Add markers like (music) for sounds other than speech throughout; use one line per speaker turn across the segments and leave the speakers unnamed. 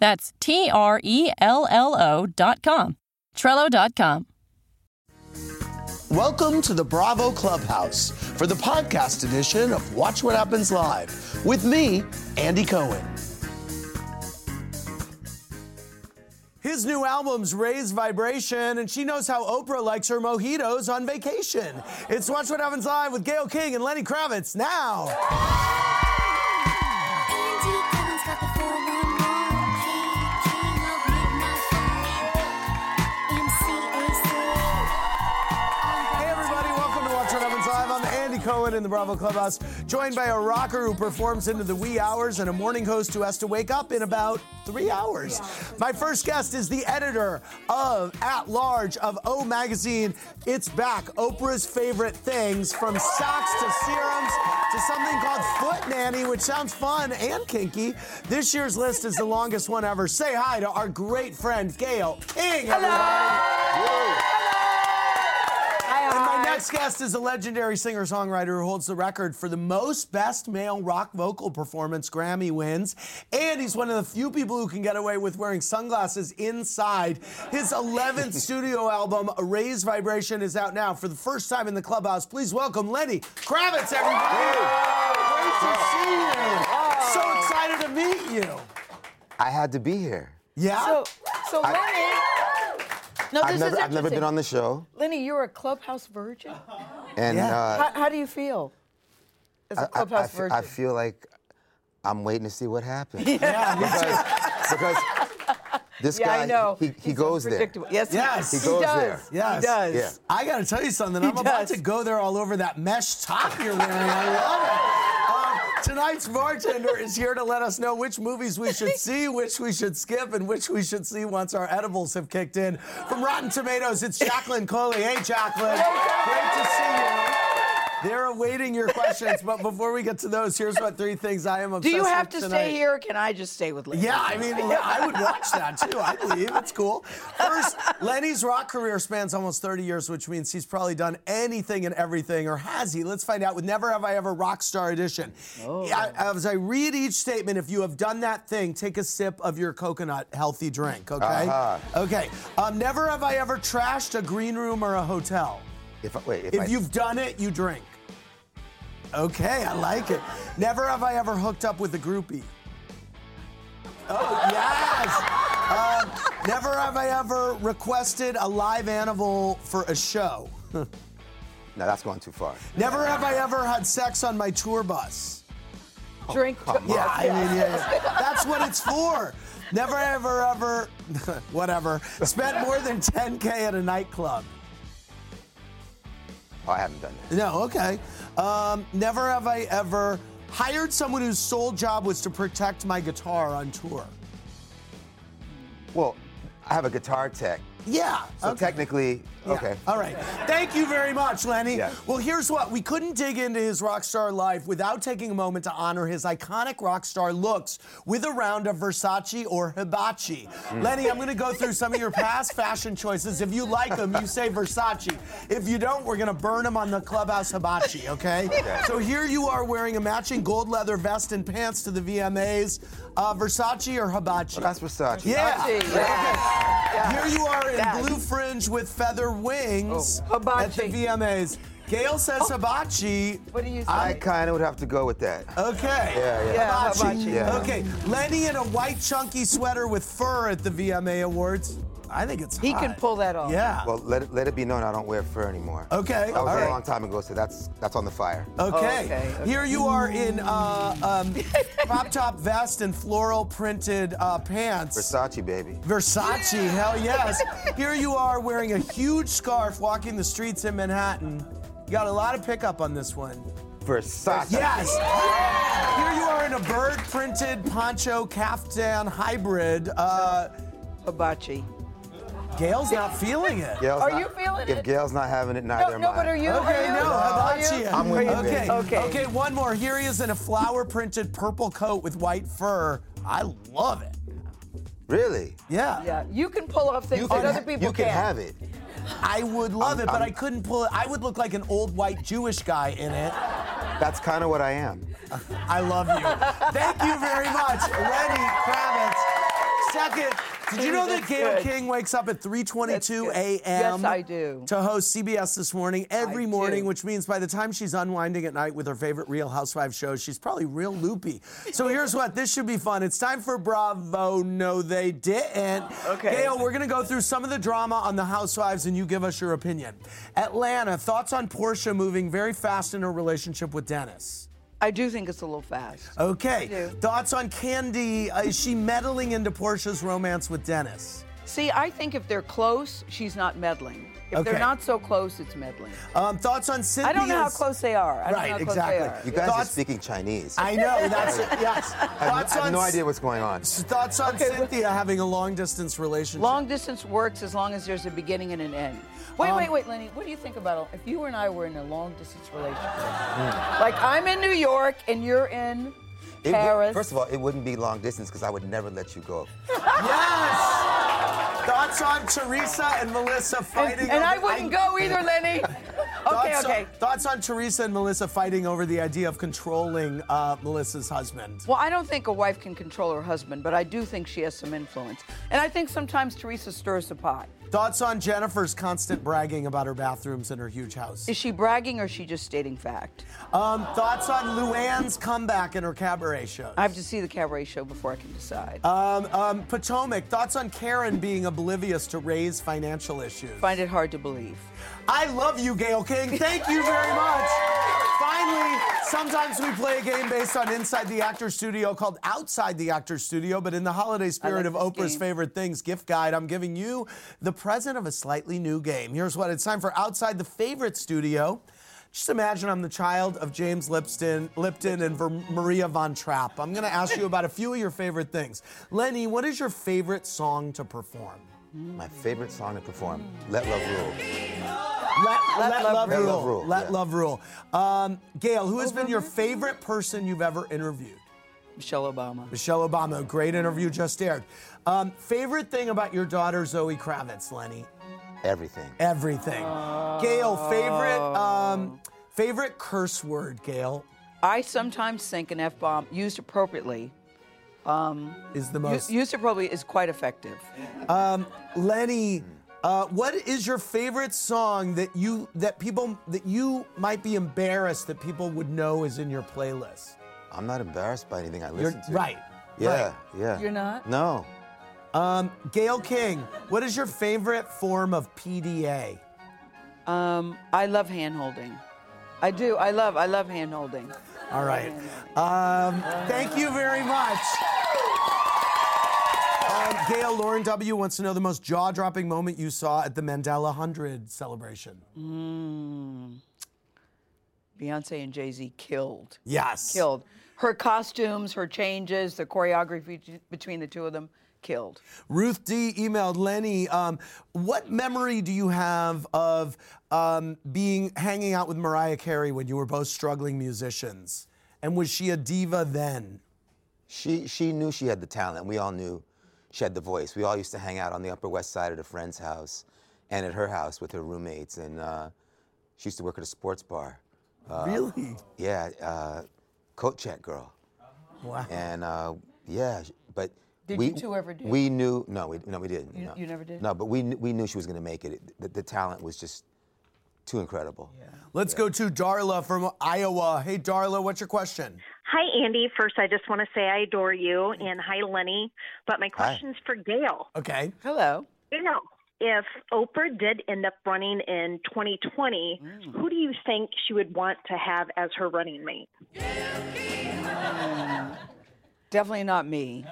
That's T R E L L O.com. Trello.com.
Welcome to the Bravo Clubhouse for the podcast edition of Watch What Happens Live with me, Andy Cohen. His new album's Raise Vibration, and she knows how Oprah likes her mojitos on vacation. It's Watch What Happens Live with Gail King and Lenny Kravitz now. Hey everybody, welcome to Watch What Happens Live. I'm Andy Cohen in the Bravo Clubhouse, joined by a rocker who performs into the wee hours and a morning host who has to wake up in about three hours. My first guest is the editor of At Large of O Magazine. It's back, Oprah's favorite things, from socks to serums to something called Foot Nanny, which sounds fun and kinky. This year's list is the longest one ever. Say hi to our great friend, Gail King. Hello. And my next guest is a legendary singer songwriter who holds the record for the most best male rock vocal performance Grammy wins. And he's one of the few people who can get away with wearing sunglasses inside. His 11th studio album, Raise Vibration, is out now for the first time in the clubhouse. Please welcome Lenny Kravitz, everybody. Great to see you. So excited to meet you.
I had to be here.
Yeah?
(laughs)
So, so Lenny. no, this
I've never, I've
is
never been
interesting.
on the show,
Lenny, you're a clubhouse virgin.
and
Yeah.
uh,
How, how do you feel as a
I- I,
clubhouse
fe- I
virgin?
feel like I'm waiting to see what
(laughs)
happens. because, because this
yeah,
guy,
I know.
he, he
He's
goes there.
unpredictable. Yes,
Yes.
he,
He
goes
does.
there.
Yes.
He does.
Yeah.
I gotta tell you something. I'm about
does.
to go there all over that mesh top you're wearing. I love it. Um, tonight's bartender is here to let us know which movies we
(laughs)
should see, which we should skip, and which we should see once our edibles have kicked in. From Rotten Tomatoes, it's Jacqueline Coley. Hey, Jacqueline. Great to see you. They're awaiting your questions, but before we get to those, here's what three things I am obsessed
Do
with
you have to
tonight.
stay here or can I just stay with Lenny?
Yeah, I mean, well, I would watch that too. I believe it's cool. First, Lenny's rock career spans almost 30 years, which means he's probably done anything and everything, or has he? Let's find out with Never Have I Ever Rockstar Edition. I- as I read each statement, if you have done that thing, take a sip of your coconut healthy drink, okay?
Uh-huh.
Okay. Um, never have I ever trashed a green room or a hotel.
If I, wait, if, I,
If you've done it, you drink. Okay, I like it. Never have I ever hooked up with a groupie. Oh, yes. Um, never have I ever requested a live animal for a show.
no, that's going too far.
Never have I ever had sex on my tour bus.
Drink.
Yeah,
Oh,
I mean, yeah, yeah. That's what it's for. Never ever ever, (laughs) whatever, spent more than 10K at a nightclub.
Oh, I haven't done that.
No, okay. Um, never have I ever hired someone whose sole job was to protect my guitar on tour.
Well, I have a guitar tech,
Yeah.
so
okay.
technically, okay.
All right. Thank you very much, Lenny.
Yeah.
Well, here's what we couldn't dig into his rock star life without taking a moment to honor his iconic rock star looks with a round of Versace or Hibachi.
Mm.
Lenny, I'm going to go through some of your past fashion choices. If you like them, you say Versace. If you don't, we're going to burn them on the clubhouse Hibachi, okay? So here you are wearing a matching gold leather vest and pants to the VMAs. Uh, Versace or Hibachi?
That's Versace.
Yeah.
Hibachi,
Okay.
yeah. Yeah.
Here you are in
Yes.
blue fringe with feather wings
Oh.
at the
Hibachi. Oh.
VMAs. Gail says hibachi.
What do you say?
I kind of would have to go with that.
Oh. Okay.
Yeah, yeah.
Yeah,
Hibachi.
hibachi.
Yeah.
Okay. Lenny in a white chunky sweater with fur at the VMA Awards. I think it's
He
hot.
can pull that off.
Yeah.
Well, let it, let it be known I don't wear fur anymore.
Okay,
That was
alright.
a long time ago, so that's that's on the fire.
Okay.
Oh, Okay, okay.
Here you are in uh,
(laughs)
um, crop top vest and floral printed uh, pants.
Versace, baby.
Versace, hell yes. Here you are wearing a huge scarf walking the streets in Manhattan. You got a lot of pickup on this one.
Versace.
Yes. Here you are in a bird printed poncho caftan hybrid. Uh,
Hibachi.
Gail's not feeling it.
Gail's
Are
not-
you feeling
if
it?
Gail's not having it, neither
No,
am
no,
I.
but are you?
Okay,
are you?
no,
Are you?
hibachi.
I'm with you,
okay.
babe.
okay,
Okay.
okay, one more. Here he is in a flower printed purple coat with white fur. I love it.
Really?
Yeah.
Yeah, you can pull off things that other people
you can have it.
I would love
I'm-
it, but
I'm-
I couldn't pull it. I would look like an old white Jewish guy in it.
That's kind of what I am.
I love you. Thank you very much, Lenny Kravitz. Second, did you know that
That's
Gail
good.
King wakes up at 3:22
That's good.
a.m.
Yes, I do.
to host CBS This Morning every
I
morning,
do.
which means by the time she's unwinding at night with her favorite Real Housewives show, she's probably real loopy. So here's what this should be fun. It's time for Bravo. No, they didn't.
Okay.
Gail, we're gonna go through some of the drama on the Housewives, and you give us your opinion. Atlanta, thoughts on Portia moving very fast in her relationship with Dennis.
I do think it's a little fast.
Okay.
I do.
Thoughts on Candy? Uh, is she meddling into Portia's romance with Dennis?
See, I think if they're close, she's not meddling. If
Okay.
they're not so close, it's meddling.
Um, thoughts on Cynthia?
I don't know how close they are. I don't
Right,
know how close
exactly.
You
they are.
guys are
Thoughts-
speaking Chinese.
I know. That's
(laughs)
it. Yes.
I have,
Thoughts
I have
on
no
S-
idea what's going on.
Thoughts on Cynthia having a long distance relationship?
Long distance works as long as there's a beginning and an end. Wait, wait, wait, Lenny. What do you think about if you and I were in a long distance relationship? like I'm in New York and you're in
It would-
Paris.
first of all, it wouldn't be long distance because I would never let you go.
Yes. Thoughts on Teresa and Melissa
and,
fighting?
and I
over-
wouldn't go either, Lenny. okay,
Thoughts on-
okay.
thoughts on Teresa and Melissa fighting over the idea of controlling uh, Melissa's husband?
Well, I don't think a wife can control her husband, but I do think she has some influence. And I think sometimes Teresa stirs the pot.
Thoughts on Jennifer's constant bragging about her bathrooms and her huge house?
Is she bragging or is she just stating fact?
Um, thoughts on Luann's comeback in her cabaret shows?
I have to see the cabaret show before I can decide.
Um, um, Potomac, thoughts on Karen being oblivious to Ray's financial issues?
Find it hard to believe.
I love you, Gail King. Thank you very much. Finally, sometimes we play a game based on Inside the Actor Studio called Outside the Actor Studio, but in the holiday spirit
like
of
this
Oprah's
game.
favorite things gift guide, I'm giving you the present of a slightly new game. Here's what it's time for Outside the Favorite Studio. Just imagine I'm the child of James Lipton, Lipton and Ver- Maria Von Trapp. I'm going to ask you about a few of your favorite things. Lenny, what is your favorite song to perform?
My favorite song to perform, Let Love Rule.
Let, let, love, rule.
Let love rule,
Let
yeah.
love rule. Um, Gail, who has been your favorite person you've ever interviewed?
Michelle Obama.
Michelle Obama, great interview just aired. Um, favorite thing about your daughter, Zoe Kravitz, Lenny?
Everything.
Everything. Gail, favorite um, favorite curse word, Gail,
I sometimes think an F bomb used appropriately,
is the
u-
most.
used appropriately is quite effective.
Lenny, uh, what is your favorite song that you that people that you might be embarrassed that people would know is in your playlist?
I'm not embarrassed by anything I
You're
listen to.
right.
Yeah,
right.
yeah.
You're not?
No.
Um, Gail King, what is your favorite form of PDA?
Um, I love hand holding. I do. I love. I love hand holding.
All right. Um, thank you very much. Um, Gail, Lauren W. wants to know the most jaw dropping moment you saw at the Mandela 100 celebration.
Beyonce and Jay Z killed.
Yes.
Killed. Her costumes, her changes, the choreography t- between the two of them killed.
Ruth D. emailed Lenny, um, what memory do you have of um, being hanging out with Mariah Carey when you were both struggling musicians? And was she a diva then?
She she knew she had the talent. We all knew she had the voice. We all used to hang out on the Upper West Side at a friend's house and at her house with her roommates. And uh, she used to work at a sports bar.
Uh, really?
Yeah, uh, coat check girl.
Wow.
And uh, yeah, sh- but
Uh-huh. Did
we,
you two ever do it?
We knew no, we no, we didn't.
You-
no.
you never did?
No, but we kn- we knew she was going to make it. it the, the talent was just too incredible.
Let's go to Darla from Iowa. Hey, Darla, what's your question?
Hi, Andy. First, I just want to say I adore you, and hi, Lenny. But my question's for Gail.
Okay.
Hello.
You know, if Oprah did end up running in 2020, who do you think she would want to have as her running mate?
Definitely not me.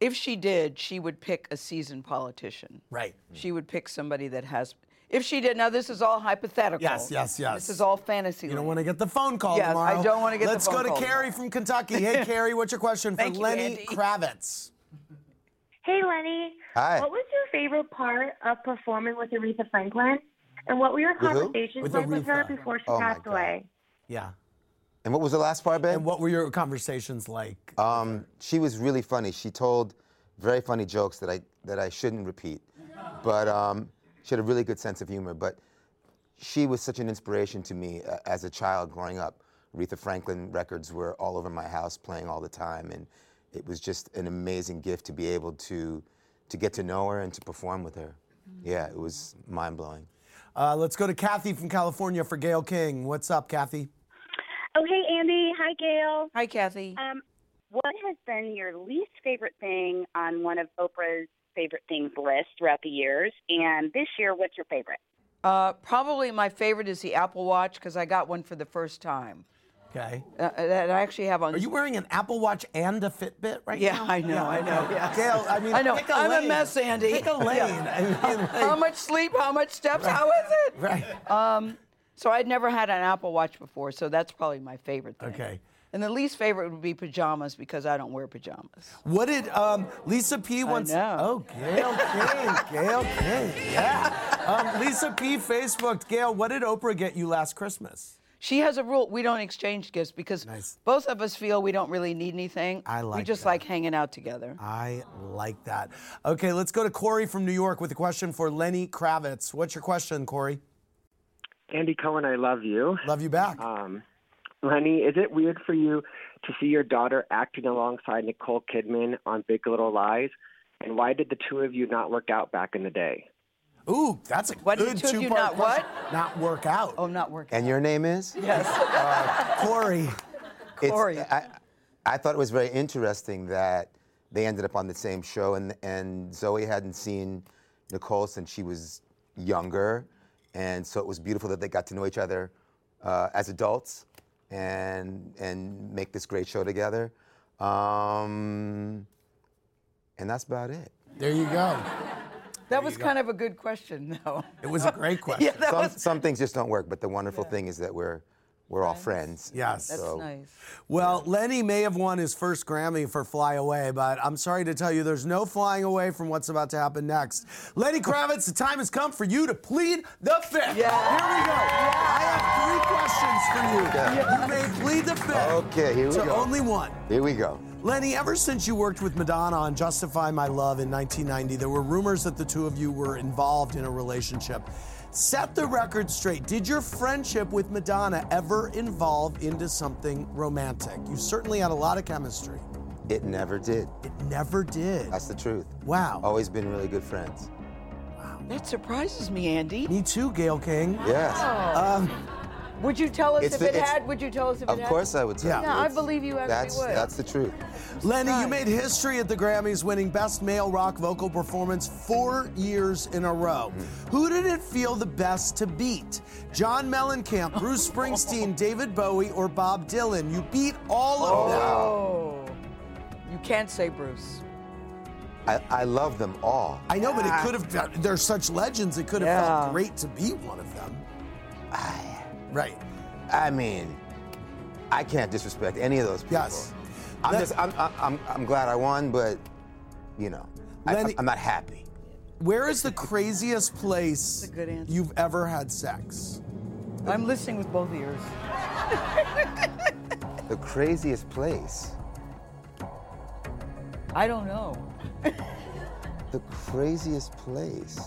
If she did, she would pick a seasoned politician.
Right.
She would pick somebody that has. If she did, now this is all hypothetical.
Yes, yes, yes.
This is all fantasy.
You don't want to get the phone call
Yes, I
tomorrow.
don't wanna get the
Let's
phone
go
call
to Carrie from Kentucky. Hey, Carrie, what's your question for
Thank you,
Lenny
Andy.
Kravitz?
Hey, Lenny.
Hi.
What was your favorite part of performing with Aretha Franklin? And what were your
Uh-huh.
who?
conversations
With
like with her
Aretha.
before she
Oh, my
passed
God.
away?
Yeah.
And what was the last part, babe?
And what were your conversations like?
Um, she was really funny. She told very funny jokes that I that I shouldn't repeat, but um, she had a really good sense of humor. But she was such an inspiration to me uh, as a child growing up. Aretha Franklin records were all over my house, playing all the time, and it was just an amazing gift to be able to to get to know her and to perform with her. Yeah, it was mind blowing.
Uh, let's go to Kathy from California for Gail King. What's up, Kathy?
Oh, hey, Andy. Hi, Gail.
Hi, Kathy.
Um, what has been your least favorite thing on one of Oprah's favorite things list throughout the years? And this year, what's your favorite?
Uh, probably my favorite is the Apple Watch because I got one for the first time.
Okay.
Uh, that I actually have on.
Are you wearing an Apple Watch and a Fitbit right
yeah,
now?
I know, I know. Yeah.
Gail, I mean,
I know.
pick a
I'm a
lane.
mess, Andy. (laughs)
Pick a lane. I mean, like-
How much sleep? How much steps? How is it?
right.
So I'd never had an Apple Watch before, so that's probably my favorite thing.
Okay.
And the least favorite would be pajamas because I don't wear pajamas.
What did um, Lisa P once?
know.
Oh, Gail King, Gail King, yeah. Um, Lisa P Facebooked Gail. What did Oprah get you last Christmas?
She has a rule we don't exchange gifts because
Nice.
both of us feel we don't really need anything.
I
We
like
just
that.
like hanging out together.
I like that. Okay, let's go to Corey from New York with a question for Lenny Kravitz. What's your question, Corey?
Andy Cohen, I love you.
Love you back.
Um, Lenny, is it weird for you to see your daughter acting alongside Nicole Kidman on Big Little Lies? And why did the two of you not work out back in the day?
Ooh, that's a
What did
good
the two of you
two-part
not
question. Not work out.
Oh, not working.
And your name is?
(laughs) yes.
Corey.
It's-
Corey.
I, I thought it was very interesting that they ended up on the same show, and and Zoe hadn't seen Nicole since she was younger, and so it was beautiful that they got to know each other uh, as adults, and and make this great show together, um, and that's about it.
There you go.
that was kind of a good question,
oh,
though.
It was a great question.
(laughs) Yeah, (laughs) that
Some,
was.
some things just don't work, but the wonderful thing is that we're we're all friends.
Yes.
That's
so-
nice.
Well, Lenny may have won his first Grammy for Fly Away, but I'm sorry to tell you there's no flying away from what's about to happen next. Lenny Kravitz, the time has come for you to plead the fifth.
Yeah.
Here we go. I have three questions for you.
Yeah.
You may plead the fifth
Okay, here we
to
go.
only one.
Here we go.
Lenny, ever since you worked with Madonna on Justify My Love in 1990, there were rumors that the two of you were involved in a relationship. Set the record straight. Did your friendship with Madonna ever involve into something romantic? You certainly had a lot of chemistry.
It never did.
It never did.
That's the truth.
Wow.
Always been really good friends.
That surprises me, Andy.
Me too, Gail King.
Yes.
Oh. Would you tell us
It's
if
the-
it
it's-
had? Would you tell us if
Of
it had?
course I would tell
Yeah.
you.
Yeah,
I
It's-
believe you actually
that's,
would.
That's the truth.
Lenny, you made history at the Grammys, winning Best Male Rock Vocal Performance four years in a row.
Hmm.
Who did it feel the best to beat? John Mellencamp,
(laughs)
Bruce Springsteen, David Bowie, or Bob Dylan? You beat all of them.
Oh. You can't say Bruce.
I, I love them all.
I know, but it could have, they're such legends, it could have
Ah. Yeah.
felt great to be one of them. right.
I mean, I can't disrespect any of those people.
Yes.
I'm,
Let-
just, I'm, I'm, I'm, I'm glad I won, but, you know, I,
Lenny-
I'm not happy.
Where is the craziest place
That's a good answer.
you've ever had sex?
I'm listening with both ears.
The craziest place.
I don't know.
The craziest place.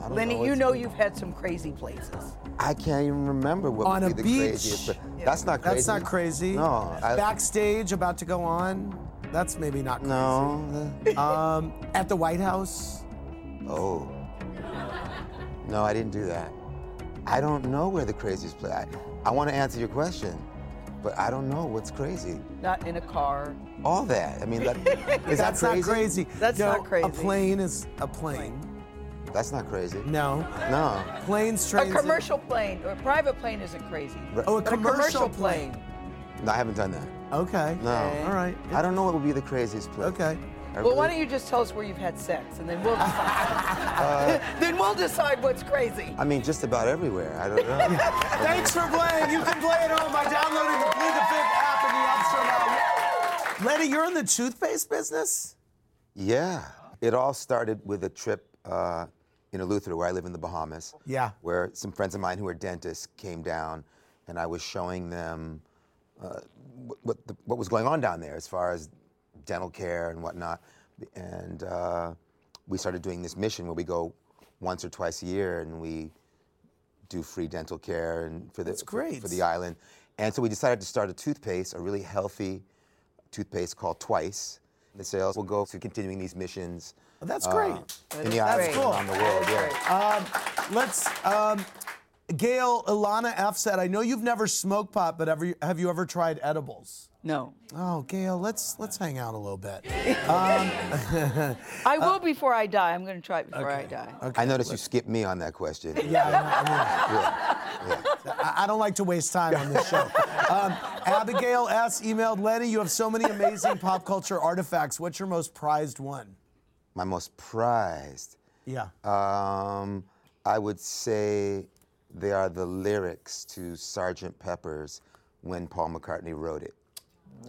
I don't
Lenny, you
what's
know
going-
you've had some crazy places.
I can't even remember what
On
would
a
be the
beach.
craziest. place. That's not crazy.
That's not crazy.
No. I,
Backstage, about to go on. That's maybe not crazy.
no.
Um, at the White House.
Oh. No, I didn't do that. I don't know where the craziest place. I, I want to answer your question, But I don't know what's crazy.
Not in a car.
All that. I mean, that, is
That's
that
not crazy.
That's
no,
not crazy.
A plane is a plane.
That's not crazy.
No.
No.
Planes,
A
trains. and-
commercial plane or a private plane isn't crazy.
Oh, a
But
commercial,
plane.
No, I haven't done that.
Okay.
No.
All right.
I don't know what would be the craziest place.
Okay.
I
Well, why
really-
don't you just tell us where you've had sex, and then we'll (laughs) then we'll decide what's crazy.
I mean, just about everywhere. I
(laughs)
don't know.
Thanks for playing. You can play at home by downloading the Play the Fifth app in the App Store now. Letty, you're in the toothpaste business?
yeah. It all started with a trip uh, in Eleuthera, where I live in the Bahamas.
Yeah.
Where some friends of mine who are dentists came down, and I was showing them uh, what what, the, what was going on down there as far as dental care and whatnot. And uh, we started doing this mission where we go once or twice a year, and we do free dental care and for the
That's
for-
great.
for the island. And so we decided to start a toothpaste, a really healthy toothpaste called Twice. The sales will go to continuing these missions.
Oh, that's great.
in the
is
island
great.
and around the world. Yeah.
Let's. Um, Gail, Ilana F said, I know you've never smoked pot, but ever, have you ever tried edibles?
No,
Oh, Gail, let's let's hang out a little bit.
I will before I die. I'm going to try it before I die.
I noticed you skipped me on that question.
Yeah, I know, I know.
Yeah. Yeah.
I, I don't like to waste time on this show. Um, Abigail S. emailed Lenny, you have so many amazing pop culture artifacts. What's your most prized one?
My most prized.
Yeah.
Um, I would say they are the lyrics to Sgt. Pepper's when Paul McCartney wrote it,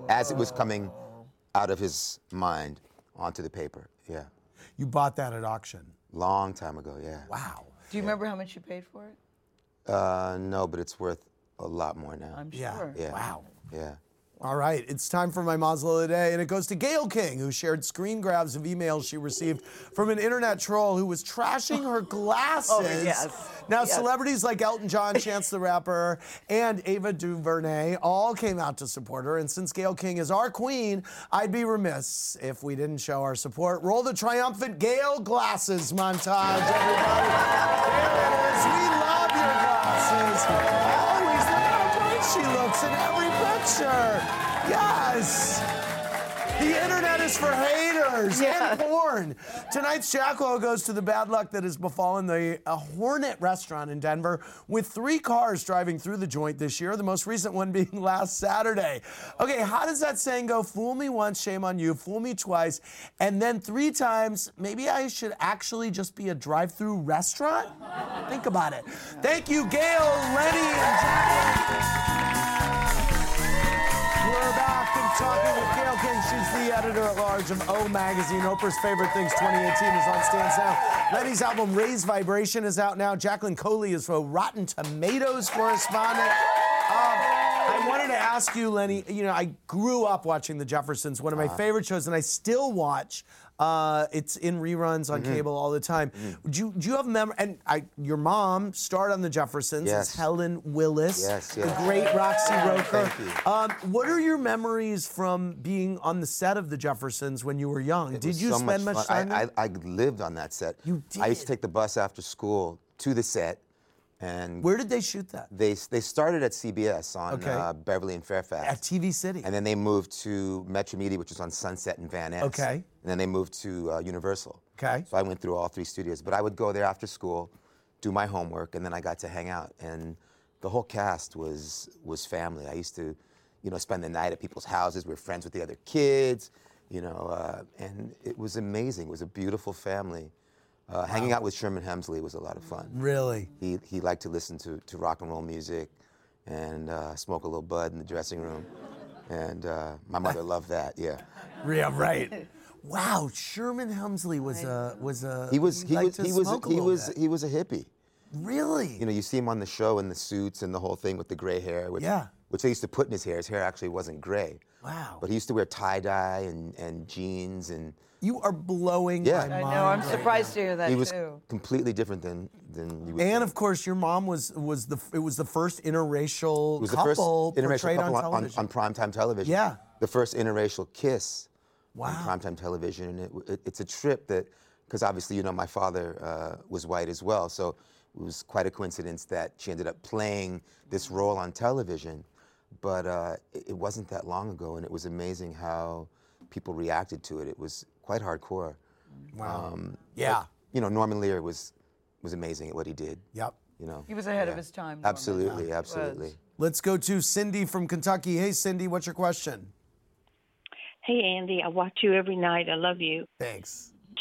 as it was coming out of his mind onto the paper. Yeah,
you bought that at auction.
long time ago. Yeah.
Wow.
Do you remember how much you paid for it?
Uh, no, but it's worth a lot more now.
I'm
Yeah.
sure.
yeah.
Wow.
Yeah.
All right, it's time for my Mozilla today, and it goes to Gail King, who shared screen grabs of emails she received from an internet troll who was trashing
(laughs)
her glasses.
Oh, yes.
Now,
Yes.
celebrities like Elton
(laughs)
John, Chance the Rapper, and Ava DuVernay all came out to support her. And since Gail King is our queen, I'd be remiss if we didn't show our support. Roll the triumphant Gail glasses montage, everybody. There it is. We love your glasses. Always look how great she looks in every picture. Yes. The internet is for haters and porn. Tonight's Jackal goes to the bad luck that has befallen the uh, Hornet restaurant in Denver, with three cars driving through the joint this year, the most recent one (laughs) being last Saturday. Okay, how does that saying go? Fool me once, shame on you. Fool me twice, and then three times, maybe I should actually just be a drive through restaurant? Think about it. Thank you, Gail, Lenny, and Jackal. We're back and talking with Gail King. She's the editor at large of O Magazine. Oprah's Favorite Things 2018 is on stands now. Lenny's album Raise Vibration is out now. Jacqueline Coley is a Rotten Tomatoes correspondent. Um, I wanted to ask you, Lenny. You know, I grew up watching The Jeffersons, one of my
Uh-huh.
favorite shows, and I still watch. Uh, it's in reruns
Mm-hmm.
on cable all the time. Do you do you have mem? And I, your mom starred on The Jeffersons.
Yes.
It's Helen Willis,
Yes,
the
yes.
great Roxy Roker.
Thank you.
Um, what are your memories from being on the set of The Jeffersons when you were young?
It
Did
was
you
so
spend much,
fun.
time there?
I, I, I lived on that set.
You
I used to
did?
take the bus after school to the set, and
Where did they shoot that?
they they started at CBS on
Okay.
uh, Beverly and Fairfax.
At TV City.
And then they moved to Metro Media, which was on Sunset and Van Ness.
Okay.
And then they moved to uh, Universal.
Okay.
So I went through all three studios. But I would go there after school, do my homework, and then I got to hang out. And the whole cast was was family. I used to, you know, spend the night at people's houses. We were friends with the other kids, you know, uh, and it was amazing. It was a beautiful family. Uh, Hanging out with Sherman Hemsley was a lot of fun.
really?
He, he liked to listen to, to rock and roll music and uh, smoke a little bud in the dressing room. And uh, my
(laughs)
mother loved that, yeah.
Uh, Yeah, right.
(laughs)
Wow, Sherman Helmsley was a was a
He was he
liked
was
to
he was
smoke a
he
little
was
bit.
he was a hippie.
really
You know, you see him on the show in the suits and the whole thing with the gray hair, which
Yeah.
which they used to put in his hair. His hair actually wasn't gray.
Wow.
But he used to wear tie dye and, and jeans and
you are blowing
Yeah.
my mind.
I know,
I know. I'm
right
surprised to hear that
he was
too.
completely different than than you would
And
think.
of course, your mom was was the it was the first interracial
It was the first
couple
interracial
portrayed
couple
on
on, on,
television.
on primetime television.
Yeah.
The first interracial kiss on
Wow.
primetime television. And it, it, it's a trip that, because obviously, you know, my father uh, was white as well.
Mm.
So it was quite a coincidence that she ended up playing this role on television. but uh, it, it wasn't that long ago, and it was amazing how people reacted to it. It was quite hardcore.
Wow. yeah.
You know, Norman Lear was was amazing at what he did.
Yep.
You know,
He was ahead of his time, Norman.
Absolutely, absolutely.
Let's go to Cindy from Kentucky. Hey, Cindy, what's your question?
Hey, Andy, I watch you every night. I love you.
Thanks.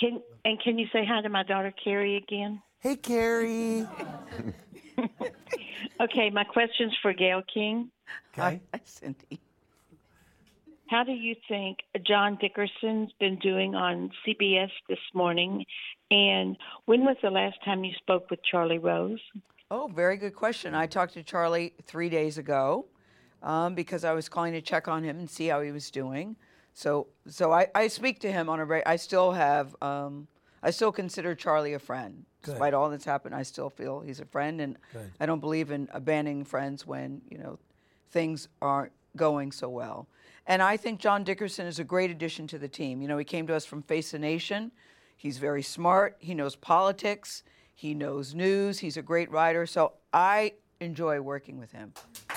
Can and can you say hi to my daughter Carrie again?
Hey, Carrie.
Okay, my question's for Gail King.
Okay.
Hi, Cindy.
How do you think John Dickerson's been doing on CBS this morning? And when was the last time you spoke with Charlie Rose?
Oh, very good question. I talked to Charlie three days ago um, because I was calling to check on him and see how he was doing. So, so I, I speak to him on a re- I still have. Um, I still consider Charlie a friend, despite all that's happened. I still feel he's a friend, and I don't believe in abandoning friends when you know things aren't going so well. And I think John Dickerson is a great addition to the team. You know, he came to us from Face the Nation. He's very smart. He knows politics. He knows news. He's a great writer. So I enjoy working with him.
Uh,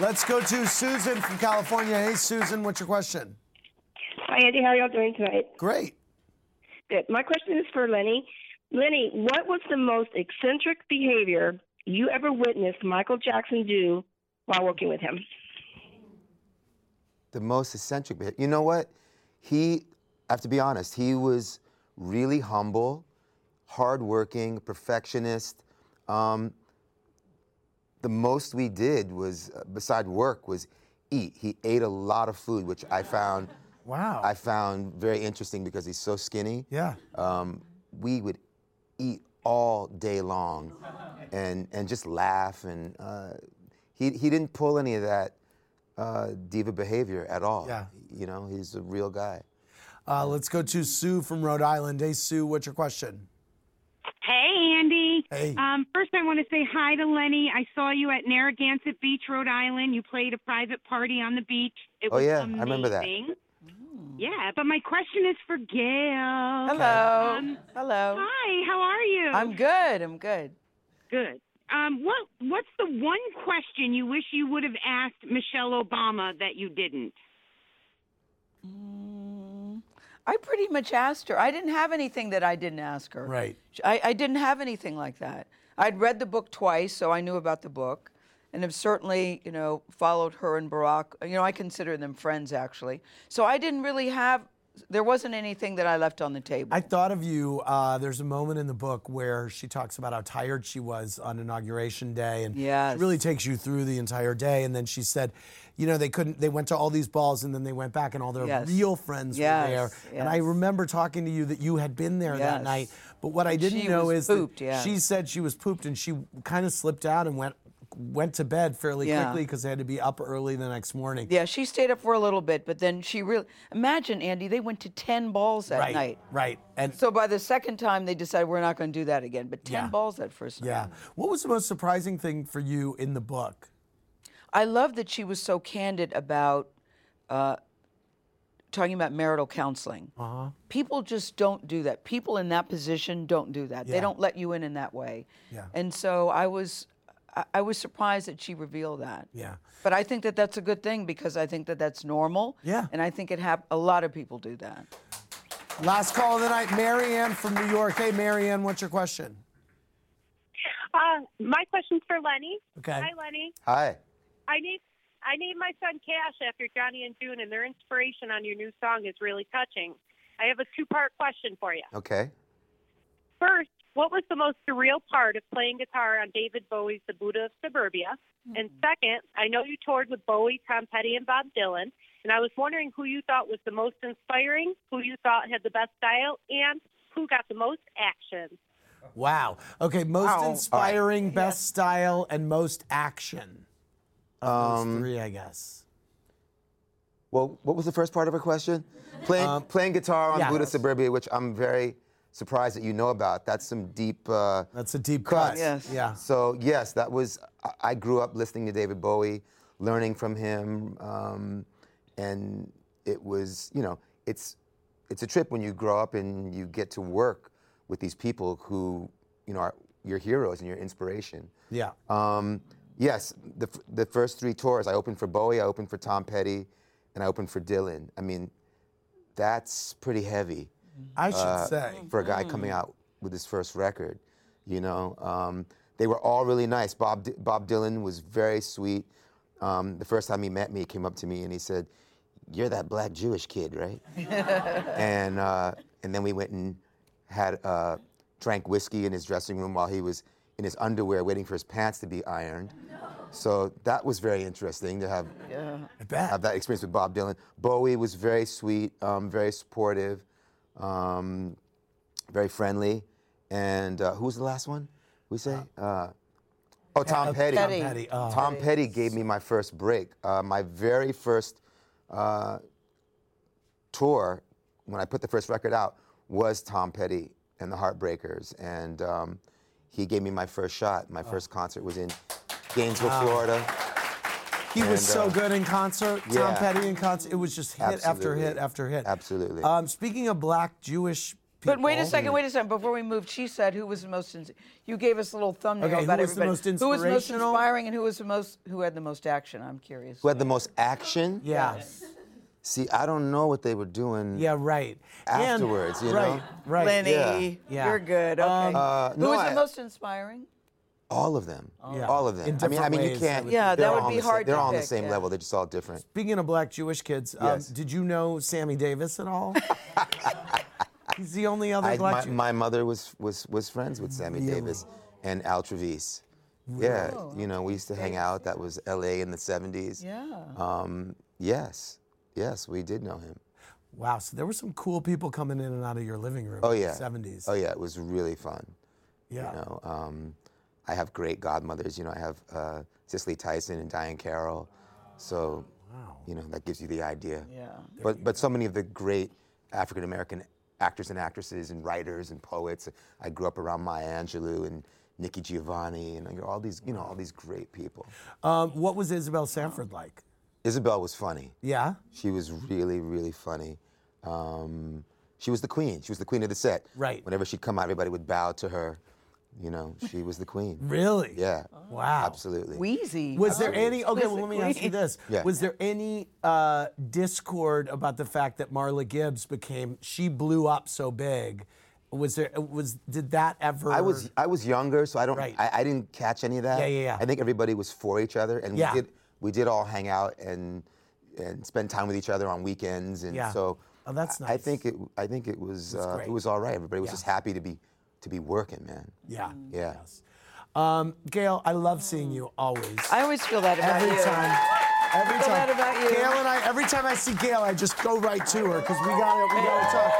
Let's go to Susan from California. Hey, Susan, what's your question?
Hi, Andy. How are y'all doing tonight?
Great.
Good. My question is for Lenny. Lenny, what was the most eccentric behavior you ever witnessed Michael Jackson do while working with him?
the most eccentric behavior. You know what? He, I have to be honest, he was really humble, hardworking, perfectionist. Um, the most we did was, uh, beside work, was eat. He ate a lot of food, which I found,
Wow.
I found very interesting because he's so skinny.
yeah.
Um, we would eat all day long, and and just laugh. And uh, he he didn't pull any of that uh, diva behavior at all.
Yeah.
You know, he's a real guy.
Uh, let's go to Sue from Rhode Island. Hey, Sue, what's your question?
Hey, Andy.
Hey.
Um, first, I want to say hi to Lenny. I saw you at Narragansett Beach, Rhode Island. You played a private party on the beach. It
Oh,
was
yeah, I
amazing.
remember that.
Yeah, but my question is for Gail.
Um, Hello.
Um,
Hello.
Hi, how are you?
I'm good. I'm good.
good. Um, what What's the one question you wish you would have asked Michelle Obama that you didn't?
I pretty much asked her. I didn't have anything that I didn't ask her.
Right.
Sh- I, I didn't have anything like that. I'd read the book twice, so I knew about the book, and have certainly, you know, followed her and Barack. You know, I consider them friends actually. So I didn't really have. There wasn't anything that I left on the table.
I thought of you. Uh, there's a moment in the book where she talks about how tired she was on inauguration day, and
Yes.
she really takes you through the entire day. And then she said, you know, they couldn't. They went to all these balls, and then they went back, and all their
Yes.
real friends
Yes,
were there. And I
yes.
remember talking to you that you had been there that
Yes.
night. But what I didn't
She
know
was
is that
pooped, yeah.
she said she was pooped, and she kind of slipped out and went went to bed fairly
Yeah.
quickly because they had to be up early the next morning.
Yeah, she stayed up for a little bit, but then she really imagine Andy. They went to ten balls that
right,
night.
right, and
So by the second time, they decided we're not going to do that again. But ten
Yeah.
balls that first night.
yeah. What was the most surprising thing for you in the book?
I love that she was so candid about uh, talking about marital counseling. Uh-huh. People just don't do that. People in that position don't do that. They
Yeah.
don't let you in in that way.
Yeah.
And so I was, I, I was surprised that she revealed that.
Yeah.
But I think that that's a good thing because I think that that's normal.
Yeah.
And I think it hap- a lot of people do that.
Last call of the night, Marianne from New York. Hey, Marianne, what's your question?
Uh, my question's for Lenny.
Okay.
Lenny.
Hi.
I need I need my son Cash after Johnny and June, and their inspiration on your new song is really touching. I have a two part question for you.
Okay.
First, what was the most surreal part of playing guitar on David Bowie's The Buddha of Suburbia? And second, I know you toured with Bowie, Tom Petty, and Bob Dylan, and I was wondering who you thought was the most inspiring, who you thought had the best style, and who got the most action.
Wow. Okay, most
Wow.
inspiring, best style, and most action. Of
Um,
those three, I guess.
Well, what was the first part of her question? Playing, playing guitar on
yeah.
Buddha Suburbia, which I'm very surprised that you know about. That's some deep. Uh,
That's a deep cut.
Yes.
Yeah.
So yes, that was. I- I grew up listening to David Bowie, learning from him, um, and it was you know it's it's a trip when you grow up and you get to work with these people who you know are your heroes and your inspiration.
Yeah.
Um, Yes, the, f- the first three tours, I opened for Bowie, I opened for Tom Petty, and I opened for Dylan. I mean, that's pretty heavy.
I should say.
uh, For a guy coming out with his first record, you know. Um, they were all really nice. Bob, D- Bob Dylan was very sweet. Um, the first time he met me, he came up to me and he said, You're that black Jewish kid, right? and uh, and then we went and had uh, drank whiskey in his dressing room while he was in his underwear waiting for his pants to be ironed. So that was very interesting to have
Yeah.
have that experience with Bob Dylan. Bowie was very sweet, um, very supportive, um, very friendly. And uh, who was the last one? We say. Uh, Oh, Tom
Tom
Petty.
Petty. Petty, oh.
Tom Petty gave me my first break. Uh, my very first uh, tour, when I put the first record out, was Tom Petty and the Heartbreakers, and um, he gave me my first shot. My first concert was in Gainesville,
Wow.
Florida.
He
And,
was so
uh,
good in concert. Tom
yeah.
Petty in concert. It was just hit after
Absolutely.
hit after hit.
Absolutely.
Um, speaking of black Jewish people.
But wait a second, wait a second. Before we moved, she said who was the most. Ins- you gave us a little thumbnail
Okay, who
about
was the
everybody.
most
Who was the most
inspirational?
inspiring and who was the most who had the most action? I'm curious.
Who had the most action?
Yes.
See, I don't know what they were doing.
Yeah, right. And-
Afterwards, you know.
right, Right.
Lenny,
Yeah. Yeah.
you're good. Okay.
Uh,
who
no,
was
I-
the most inspiring?
All of them.
Oh. Yeah.
All of them.
In
I mean, I
different
mean,
ways,
you can't.
that would Yeah,
be- that
they're
would
all on
be
the sa-
hard to
They're all on the
pick,
same
yeah.
level. They're just all different.
(laughs) Speaking of black Jewish kids, um,
Yes.
did you know Sammy Davis at
(laughs)
all? He's the only other
I,
black
my,
Jew.
my mother was was was friends with Sammy
Really?
Davis and Al Travis. Yeah,
Oh,
you know, we used to hang out. That was L.A. in the '70s.
Yeah.
Um, yes, yes, we did know him.
Wow, so there were some cool people coming in and out of your living room
Oh
in the
yeah.
70s.
Oh yeah, it was really fun.
Yeah.
You know, um, I have great godmothers. You know, I have uh, Cicely Tyson and Diane Carroll. So, you know, that gives you the idea.
Yeah.
But but so many of the great African American actors and actresses and writers and poets. I grew up around Maya Angelou and Nikki Giovanni and you know, all these you know all these great people.
Um, what was Isabel Sanford like?
Isabel was funny.
Yeah?
She was really, really funny. Um, she was the queen. She was the queen of the set.
Right.
Whenever she'd come out, everybody would bow to her. You know, she was the queen.
(laughs) Really?
Yeah.
Wow.
Absolutely.
Wheezy.
Was there
Oh,
any? Okay, well, let me ask you
basically.
this:
Yeah.
Was there any uh, discord about the fact that Marla Gibbs became she blew up so big? Was there was did that ever?
I was I was younger, so I don't
Right.
I, I didn't catch any of that.
Yeah, yeah, yeah.
I think everybody was for each other, and
Yeah.
we did we did all hang out and and spend time with each other on weekends, and
Yeah.
so.
Oh, that's
I- I
nice.
think it I think it was uh,
great.
it was all right. Everybody was
Yeah.
just happy to be to be working, man.
yeah.
Yeah.
Um, Gail, I love seeing you always.
I always feel that about
every
you.
time. Every
Feel
time.
bad about you.
Gail and I. Every time I see Gail, I just go right to her because we got to we got to talk.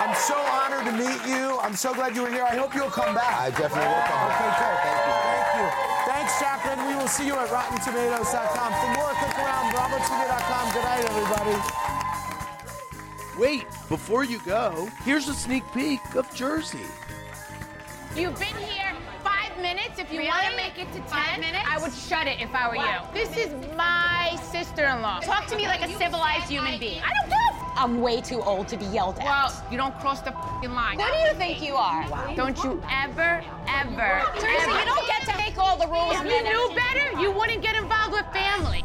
I'm so honored to meet you. I'm so glad you were here. I hope you'll come back.
I definitely will come back.
Okay, cool.
Thank you.
Thank you. Thanks, Jacqueline. We will see you at RottenTomatoes.com. For more, click around BravoTV.com. Good night, everybody.
Wait, before you go, here's a sneak peek of Jersey.
You've been here five minutes. If you want to make it to ten, minutes? I would shut it if I were you. This is my sister-in-law. Talk to me like a civilized human being. I don't give a I'm way too old to be yelled at. Well, you don't cross the f***ing line. What do you think you are? Don't you ever, ever, Teresa, you don't get to make all the rules. If you knew better, you wouldn't get involved with family.